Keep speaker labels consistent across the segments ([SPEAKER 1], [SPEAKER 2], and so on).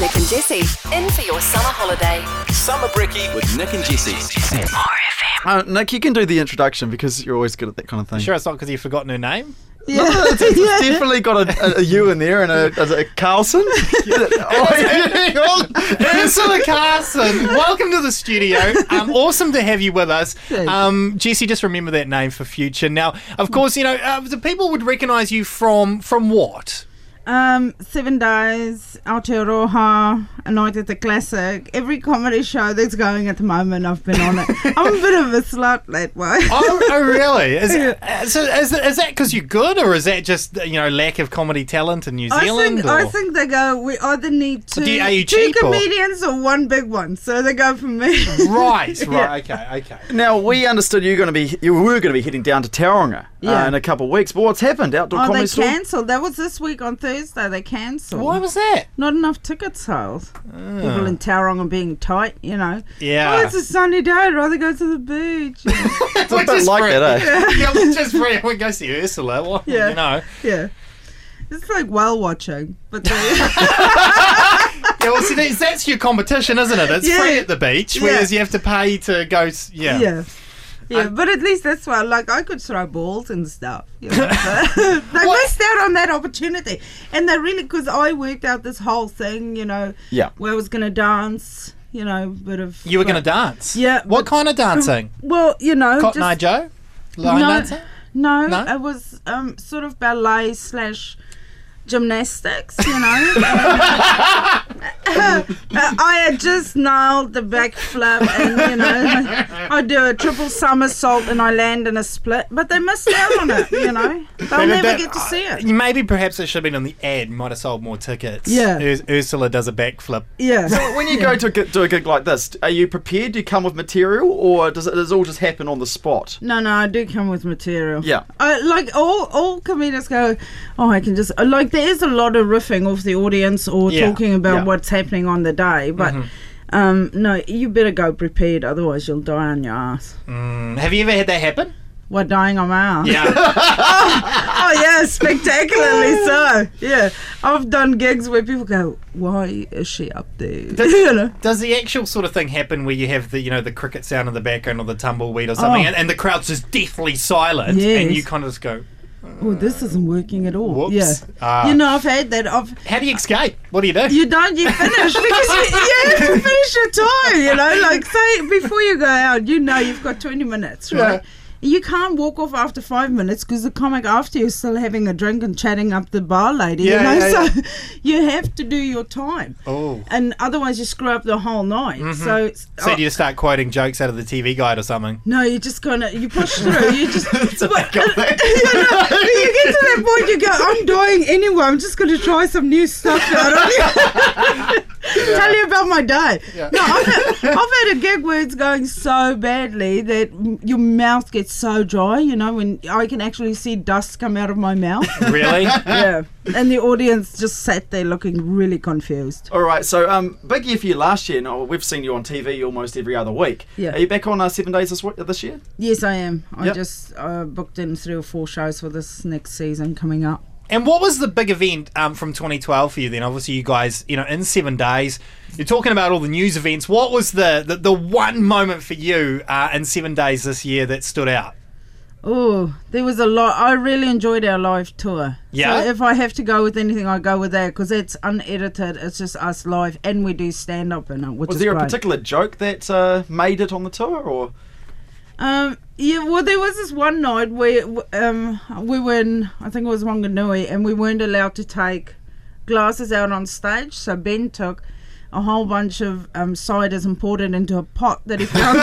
[SPEAKER 1] Nick and Jesse. In for your summer holiday.
[SPEAKER 2] Summer Brekkie with Nick and Jesse.
[SPEAKER 3] Uh, Nick, you can do the introduction because you're always good at that kind of thing.
[SPEAKER 4] Sure, it's not because you've forgotten her name.
[SPEAKER 3] No, it's, it's definitely got a, a, a U in there and a, is it Carlson. oh, hang on.
[SPEAKER 4] Ursula Carson, welcome to the studio. Um, awesome to have you with us. Um, Jesse, just remember that name for future. Now, of course, you know uh, the people would recognise you from from what?
[SPEAKER 5] Um, Seven Days, Aotearoa, Anointed the Classic, every comedy show that's going at the moment, I've been on it. I'm a bit of a slut that way.
[SPEAKER 4] Oh, oh really? Is, uh, so is, is that because you're good, or is that just you know lack of comedy talent in New
[SPEAKER 5] I
[SPEAKER 4] Zealand?
[SPEAKER 5] think, I
[SPEAKER 4] or-
[SPEAKER 5] think they go, we either need two,
[SPEAKER 4] do you- are you
[SPEAKER 5] two
[SPEAKER 4] cheap or-
[SPEAKER 5] comedians or one big one. So they go for me.
[SPEAKER 4] Right, right, okay, okay.
[SPEAKER 3] Now we understood you're going to be you were going to be heading down to Tauranga uh,
[SPEAKER 5] Yeah.
[SPEAKER 3] in a couple of weeks, but what's happened? Outdoor
[SPEAKER 5] Oh,
[SPEAKER 3] comedy
[SPEAKER 5] they
[SPEAKER 3] store.
[SPEAKER 5] cancelled. That was this week on Thursday. They cancelled.
[SPEAKER 4] Why was that?
[SPEAKER 5] Not enough tickets sold. People in Tauranga are being tight, you know.
[SPEAKER 4] Yeah.
[SPEAKER 5] Oh, it's a sunny day. I'd rather go to the beach.
[SPEAKER 4] It's
[SPEAKER 3] a bit like that, eh?
[SPEAKER 4] Yeah, which is free. We go see Ursula. Well,
[SPEAKER 5] Yeah.
[SPEAKER 4] you know.
[SPEAKER 5] yeah. It's like whale watching, but they-
[SPEAKER 4] Yeah, well, see, that's, that's your competition, isn't it? It's
[SPEAKER 5] Yeah.
[SPEAKER 4] free at the beach,
[SPEAKER 5] Yeah.
[SPEAKER 4] whereas you have to pay to go. s- Yeah.
[SPEAKER 5] yeah. yeah. but at least that's why, like, I could throw balls and stuff. You know? they missed out on that opportunity. And they really, because I worked out this whole thing, you know,
[SPEAKER 3] Yeah.
[SPEAKER 5] where I was going to dance, you know, bit of.
[SPEAKER 4] You were going to
[SPEAKER 5] like-
[SPEAKER 4] dance.
[SPEAKER 5] Yeah,
[SPEAKER 4] What
[SPEAKER 5] but-
[SPEAKER 4] kind of dancing?
[SPEAKER 5] Well, you know.
[SPEAKER 4] Cotton
[SPEAKER 5] just-
[SPEAKER 4] Eye Joe? Line
[SPEAKER 5] No.
[SPEAKER 4] dancing?
[SPEAKER 5] No,
[SPEAKER 4] No?
[SPEAKER 5] it was um, sort of ballet slash gymnastics, you know. Uh, I had just nailed the backflip, and you know, I do a triple somersault and I land in a split, but they missed out on it, you know. They'll never
[SPEAKER 4] That- Uh,
[SPEAKER 5] get to see it.
[SPEAKER 4] Maybe perhaps it should have been on the ad. Might have sold more tickets.
[SPEAKER 5] Yeah.
[SPEAKER 4] Urs- Ursula does a backflip.
[SPEAKER 5] Yeah.
[SPEAKER 3] When you go to a, gi- to a gig like this, are you prepared? Do you come with material, or does it does it all just happen on the spot?
[SPEAKER 5] No, no, I do come with material.
[SPEAKER 3] Yeah.
[SPEAKER 5] I, like all all comedians go, oh, I can just like there is a lot of riffing off the audience or
[SPEAKER 4] Yeah, Mm-hmm.
[SPEAKER 5] talking about
[SPEAKER 3] yeah.
[SPEAKER 5] what's happening on the day, but um, no, you better go prepared, otherwise you'll die on your ass.
[SPEAKER 4] Mm, Have you ever had that happen?
[SPEAKER 5] What dying on my ass?
[SPEAKER 4] Yeah.
[SPEAKER 5] Oh yeah, spectacularly so. Yeah, I've done gigs where people go, why is she up there? you know?
[SPEAKER 4] Does the actual sort of thing happen where you have the you know the cricket sound in the background or the tumbleweed or something,
[SPEAKER 5] Oh.
[SPEAKER 4] and, and the crowd's just deathly silent,
[SPEAKER 5] Yes.
[SPEAKER 4] and you kind of just go,
[SPEAKER 5] Oh, this isn't working at all.
[SPEAKER 4] Whoops.
[SPEAKER 5] Yeah.
[SPEAKER 4] Ah.
[SPEAKER 5] you know, I've had that. I've
[SPEAKER 4] "How do you escape? What do you do?"
[SPEAKER 5] you don't you finish because you, you have to finish your time you know like say before you go out you know you've got 20 minutes right You can't walk off after five minutes because the comic after you is still having a drink and chatting up the bar lady.
[SPEAKER 4] Yeah,
[SPEAKER 5] you know,
[SPEAKER 4] yeah,
[SPEAKER 5] so you have to do your time,
[SPEAKER 4] Oh.
[SPEAKER 5] and otherwise you screw up the whole night. So, it's-
[SPEAKER 4] Mm-hmm. So
[SPEAKER 5] oh,
[SPEAKER 4] do you start quoting jokes out of the TV guide or something?
[SPEAKER 5] no, you just gonna you push through. You just but, you, know, you get to that point. You go, I'm dying anyway. I'm just gonna try some new stuff. Out on you. Tell you about my day. No, I've had, I've had a gig where it's going so badly that m- your mouth gets so dry. You know, when I can actually see dust come out of my mouth.
[SPEAKER 4] Really?
[SPEAKER 5] yeah, and the audience just sat there looking really confused.
[SPEAKER 3] All right, so um, big year for you last year. Now we've seen you on TV almost every other week.
[SPEAKER 5] Yeah.
[SPEAKER 3] Are you back on uh, Seven Days this week, this year?
[SPEAKER 5] Yes, I am. I
[SPEAKER 3] Yep.
[SPEAKER 5] just uh, booked in three or four shows for this next season coming up.
[SPEAKER 4] and what was the big event um, from 2012 for you then? Obviously, you guys, you know, in seven days, you're talking about all the news events. What was the the, the one moment for you uh, in seven days this year that stood out?
[SPEAKER 5] Oh, there was a lot. I really enjoyed our live tour.
[SPEAKER 4] Yeah?
[SPEAKER 5] So if I have to go with anything, I go with that because it's unedited. It's just us live, and we do stand up in it, which
[SPEAKER 3] Was
[SPEAKER 5] is
[SPEAKER 3] there a
[SPEAKER 5] great.
[SPEAKER 3] particular joke that uh, made it on the tour, or
[SPEAKER 5] Um, yeah, well, there was this one night where um, we were in, I think it was Wanganui, and we weren't allowed to take glasses out on stage. So Ben took a whole bunch of um, ciders and poured it into a pot that he found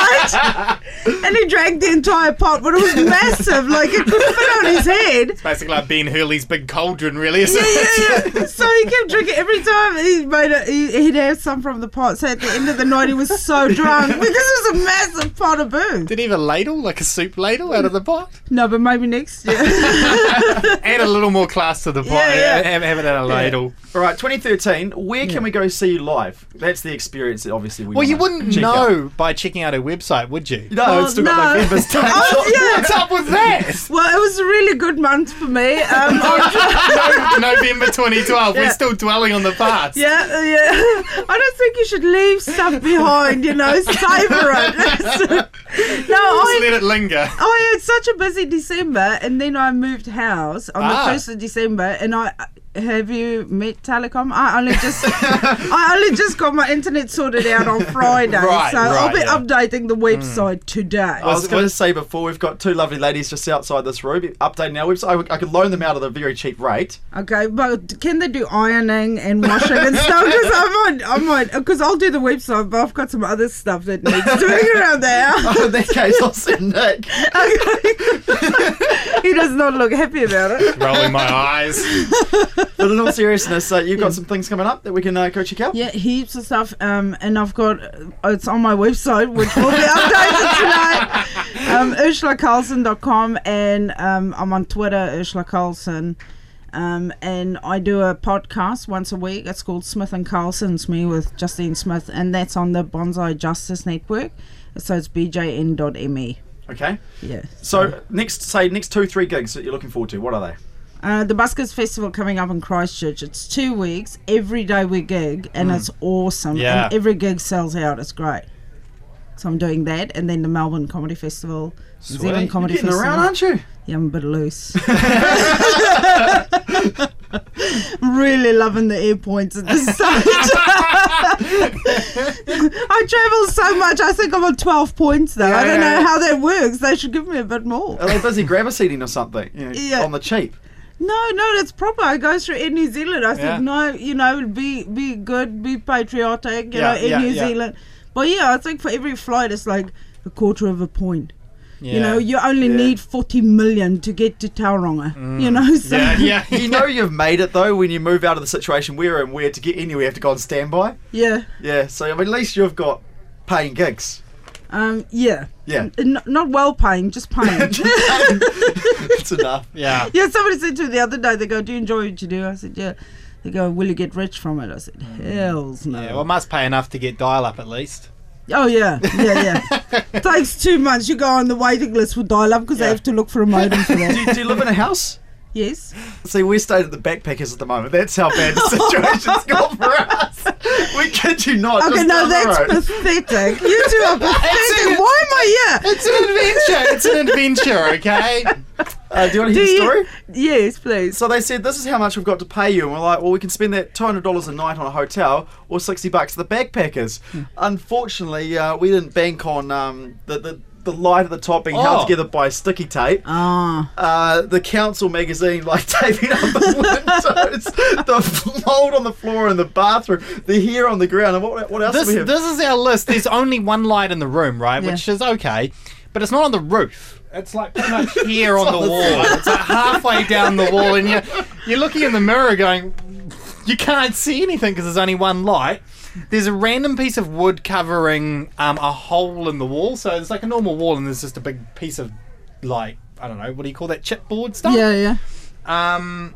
[SPEAKER 5] backstage. and he drank the entire pot, but it was massive. Like, it could fit on his head.
[SPEAKER 4] Basically, like Ben Hurley's big cauldron, really. Isn't
[SPEAKER 5] Yeah, yeah, yeah. So he kept drinking every time he made a, he, he'd have some from the pot. So at the end of the night, he was so drunk because it was a massive pot of booze.
[SPEAKER 4] Did he have a ladle, like a soup ladle, out of the pot?
[SPEAKER 5] No, but maybe next year.
[SPEAKER 4] Add a little more class to the pot.
[SPEAKER 5] Yeah, yeah.
[SPEAKER 4] Have, have it in a ladle.
[SPEAKER 3] All right, 2013. Where can we go see you you live. That's the experience that obviously we.
[SPEAKER 4] Well, you
[SPEAKER 3] wanna
[SPEAKER 4] wouldn't
[SPEAKER 3] check out.
[SPEAKER 4] know by checking out her website, would you?
[SPEAKER 3] No,
[SPEAKER 5] Oh,
[SPEAKER 3] it's still
[SPEAKER 5] no.
[SPEAKER 3] got November's date.
[SPEAKER 5] Oh, yeah.
[SPEAKER 4] What's up with that?
[SPEAKER 5] Well, it was a really good month for me. Um, I-
[SPEAKER 4] November 2012. We're still dwelling on the past.
[SPEAKER 5] yeah, yeah. I don't think you should leave stuff behind, you know, savor it. no,
[SPEAKER 4] Just
[SPEAKER 5] I,
[SPEAKER 4] let it linger.
[SPEAKER 5] Oh, I had such a busy December, and then I moved house on
[SPEAKER 4] Ah.
[SPEAKER 5] the first of December, and I. Have you met Telecom? I only just I only just got my internet sorted out on Friday,
[SPEAKER 4] Right,
[SPEAKER 5] so I'll
[SPEAKER 4] right,
[SPEAKER 5] be
[SPEAKER 4] yeah. Hmm.
[SPEAKER 5] updating the website today.
[SPEAKER 3] I was going to say before we've got two lovely ladies just outside this room updating our website. I, I could loan them out at a very cheap rate.
[SPEAKER 5] Okay, but can they do ironing and washing and stuff? Because I might, I might, because I'll do the website, but I've got some other stuff that needs doing around there.
[SPEAKER 3] In that case, I'll send Nick.
[SPEAKER 5] he does not look happy about it.
[SPEAKER 4] Rolling my eyes.
[SPEAKER 3] But in all seriousness, uh, you've got some things coming up that we can uh, go check out.
[SPEAKER 5] Yeah, heaps of stuff. Um, and I've got it's on my website, which will be updated tonight. Um, UrsulaCarlson.com, and um, I'm on Twitter, Ursula Carlson. Um, and I do a podcast once a week. It's called Smith and Carlson's Me with Justine Smith, and that's on the Bonsai Justice Network. So it's bjn.me.
[SPEAKER 3] Okay.
[SPEAKER 5] E. Yeah.
[SPEAKER 3] So next, say next two, three gigs that you're looking forward to. What are they?
[SPEAKER 5] Uh, the Buskers Festival coming up in Christchurch. It's two weeks. Every day we gig,
[SPEAKER 3] Hmm.
[SPEAKER 5] and it's awesome.
[SPEAKER 4] Yeah.
[SPEAKER 5] And every gig sells out. It's great. So I'm doing that, and then the Melbourne Comedy Festival, New Zealand Comedy
[SPEAKER 3] You're getting
[SPEAKER 5] Festival.
[SPEAKER 3] around, aren't you?
[SPEAKER 5] yeah, I'm a bit loose. I'm really loving the air points at this stage. I travel so much. I think I'm on 12 points though. I don't
[SPEAKER 3] yeah,
[SPEAKER 5] know
[SPEAKER 3] yeah.
[SPEAKER 5] how that works. They should give me a bit more.
[SPEAKER 3] Are they busy grab a seating or something? You know,
[SPEAKER 5] Yeah.
[SPEAKER 3] On the cheap.
[SPEAKER 5] No, no, that's proper. I go through Air New Zealand. I
[SPEAKER 4] Yeah.
[SPEAKER 5] said, no, you know, be be good, be patriotic, you
[SPEAKER 4] Yeah,
[SPEAKER 5] know, Air
[SPEAKER 4] yeah,
[SPEAKER 5] New
[SPEAKER 4] yeah.
[SPEAKER 5] Zealand. But yeah, I think for every flight, it's like a quarter of a point. You know, you only
[SPEAKER 3] Yeah.
[SPEAKER 5] need 40 million to get to Tauranga, you know? So
[SPEAKER 4] Mm. Yeah, yeah.
[SPEAKER 3] You know you've made it though when you move out of the situation we're in, where to get anywhere you have to go on standby.
[SPEAKER 5] yeah.
[SPEAKER 3] Yeah. So I mean, at least you've got paying gigs.
[SPEAKER 5] Um, yeah.
[SPEAKER 3] Yeah.
[SPEAKER 5] N- not well paying, just paying.
[SPEAKER 3] That's enough.
[SPEAKER 4] Yeah.
[SPEAKER 5] yeah, somebody said to me the other day, they go, do you enjoy what you do? I said, yeah. They go, will you get rich from it? I said, hells no.
[SPEAKER 4] Mm. Yeah, well, must pay enough to get dial up at least.
[SPEAKER 5] Oh yeah, yeah, yeah. Takes two months. You go on the waiting list for dial-up because they have to look for a modem for
[SPEAKER 3] Do you,
[SPEAKER 5] that.
[SPEAKER 3] do you live in a house?
[SPEAKER 5] yes.
[SPEAKER 3] See, we're staying at the backpackers at the moment. That's how bad the situation's got for us. We kid you not.
[SPEAKER 5] Okay,
[SPEAKER 3] just
[SPEAKER 5] no,
[SPEAKER 3] down the
[SPEAKER 5] that's
[SPEAKER 3] road.
[SPEAKER 5] pathetic. You two are pathetic.
[SPEAKER 4] it.
[SPEAKER 5] Why am I here?
[SPEAKER 4] It's an adventure. it's an adventure, okay?
[SPEAKER 3] Uh, do you want to
[SPEAKER 5] Do
[SPEAKER 3] hear the
[SPEAKER 5] you-
[SPEAKER 3] story?
[SPEAKER 5] Yes, please.
[SPEAKER 3] So they said, "This is how much we've got to pay you," and we're like, "Well, we can spend that two hundred dollars a night on a hotel, or sixty bucks to the backpackers." Unfortunately, uh, we didn't bank on um, the, the the light at the top being held
[SPEAKER 4] Oh.
[SPEAKER 3] together by sticky tape.
[SPEAKER 5] Ah,
[SPEAKER 3] Uh, the council magazine like taping up the windows, the mold on the floor in the bathroom, the hair on the ground, and what, what else
[SPEAKER 4] This,
[SPEAKER 3] do we have?
[SPEAKER 4] this is our list. There's only one light in the room, right?
[SPEAKER 5] Yeah.
[SPEAKER 4] Which is okay, but it's not on the roof. It's like pretty much here on the wall. It's like halfway down the wall, and you're, you're looking in the mirror going, you can't see anything because there's only one light. There's a random piece of wood covering um, a hole in the wall, so it's like a normal wall, and there's just a big piece of, like, I don't know, what do you call that? Chipboard stuff?
[SPEAKER 5] Oh. yeah, yeah.
[SPEAKER 4] Um,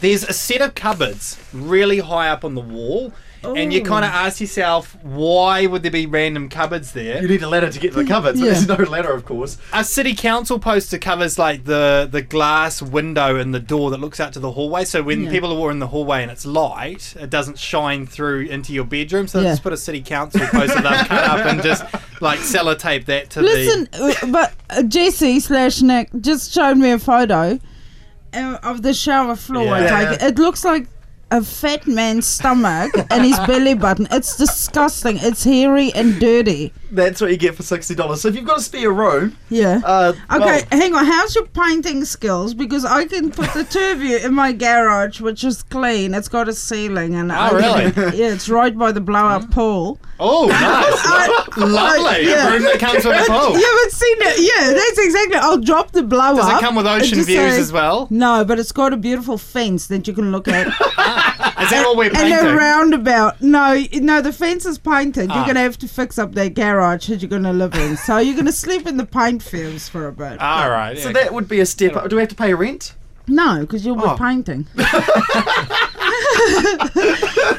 [SPEAKER 4] there's a set of cupboards really high up on the wall, and you
[SPEAKER 5] Oh.
[SPEAKER 4] kind of ask yourself, why would there be random cupboards
[SPEAKER 3] you
[SPEAKER 4] there?
[SPEAKER 3] need a ladder to get to the cupboards, but
[SPEAKER 5] Yeah.
[SPEAKER 3] there's no ladder, of course.
[SPEAKER 4] A city council poster covers like the the glass window and the door that looks out to the hallway. So when
[SPEAKER 5] Yeah.
[SPEAKER 4] people are in the hallway and it's light, it doesn't shine through into your bedroom. So they
[SPEAKER 5] Yeah.
[SPEAKER 4] just put a city council poster they've cut up and just like sellotape that to
[SPEAKER 5] Listen, uh, but uh, Jesse slash Nick just showed me a photo uh, of the shower floor. I
[SPEAKER 4] Yeah.
[SPEAKER 5] take it. It looks like a fat man's stomach and his belly button. It's disgusting. It's hairy and dirty.
[SPEAKER 3] That's what you get for sixty dollars. So if you've got a spare room,
[SPEAKER 5] Yeah.
[SPEAKER 3] uh, well,
[SPEAKER 5] Okay,
[SPEAKER 4] Oh.
[SPEAKER 5] hang on. How's your painting skills? Because I can put the two of you in my garage, which is clean. It's got a ceiling, and I
[SPEAKER 4] Oh,
[SPEAKER 5] can-
[SPEAKER 4] really?
[SPEAKER 5] yeah, it's right by the blow-up pool.
[SPEAKER 4] the oh nice,
[SPEAKER 5] I,
[SPEAKER 4] lovely
[SPEAKER 5] yeah.
[SPEAKER 4] a room that comes with a pool.
[SPEAKER 5] you haven't seen it? Yeah, that's exactly. I'll drop the blow-up.
[SPEAKER 4] Does it come with ocean views as well?
[SPEAKER 5] No, but it's got a beautiful fence that you can look at,
[SPEAKER 4] Is that all we're
[SPEAKER 5] and
[SPEAKER 4] painting?
[SPEAKER 5] a roundabout. No, y- no, the fence is painted.
[SPEAKER 4] Ah.
[SPEAKER 5] You're gonna have to fix up that garage that you're gonna live in. so you're gonna sleep in the paint fields for a bit.
[SPEAKER 4] All right.
[SPEAKER 3] so that would be a step. up. Do we have to pay rent?
[SPEAKER 4] Oh.
[SPEAKER 5] No, because you'll
[SPEAKER 3] Oh.
[SPEAKER 5] be painting.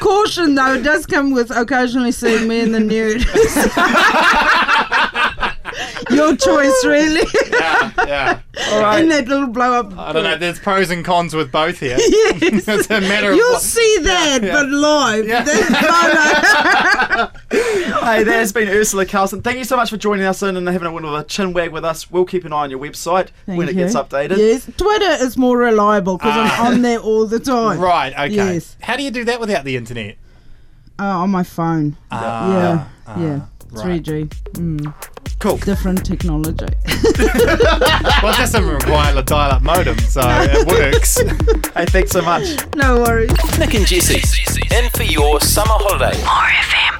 [SPEAKER 5] Caution caution though, it does come with occasionally seeing me in the nude. Your choice, really.
[SPEAKER 4] yeah, yeah.
[SPEAKER 3] All
[SPEAKER 5] in
[SPEAKER 3] right.
[SPEAKER 5] that little blow up.
[SPEAKER 4] I don't know. There's pros and cons with both here.
[SPEAKER 5] Yes.
[SPEAKER 4] it's a matter of.
[SPEAKER 5] You'll
[SPEAKER 4] what-
[SPEAKER 5] see that,
[SPEAKER 4] yeah.
[SPEAKER 5] but live.
[SPEAKER 4] Yeah.
[SPEAKER 5] That's photo.
[SPEAKER 3] hey, that has been Ursula Carlson. Thank you so much for joining us in and having a little chin wag with us. We'll keep an eye on your website when it
[SPEAKER 5] Thank
[SPEAKER 3] gets
[SPEAKER 5] you.
[SPEAKER 3] updated.
[SPEAKER 5] Yes, Twitter is more reliable because
[SPEAKER 4] Ah.
[SPEAKER 5] I'm on there all the time.
[SPEAKER 4] Right. Okay.
[SPEAKER 5] Yes.
[SPEAKER 4] How do you do that without the internet?
[SPEAKER 5] Uh, on my phone.
[SPEAKER 4] Ah,
[SPEAKER 5] yeah,
[SPEAKER 4] ah,
[SPEAKER 5] yeah.
[SPEAKER 4] right.
[SPEAKER 5] 3G. Mm.
[SPEAKER 3] Cool.
[SPEAKER 5] Different technology.
[SPEAKER 4] Well, it doesn't require a dial-up modem, so it works.
[SPEAKER 3] Hey, thanks so much.
[SPEAKER 5] no worries.
[SPEAKER 2] Nick and Jesse. In for your summer holiday.
[SPEAKER 1] RFM.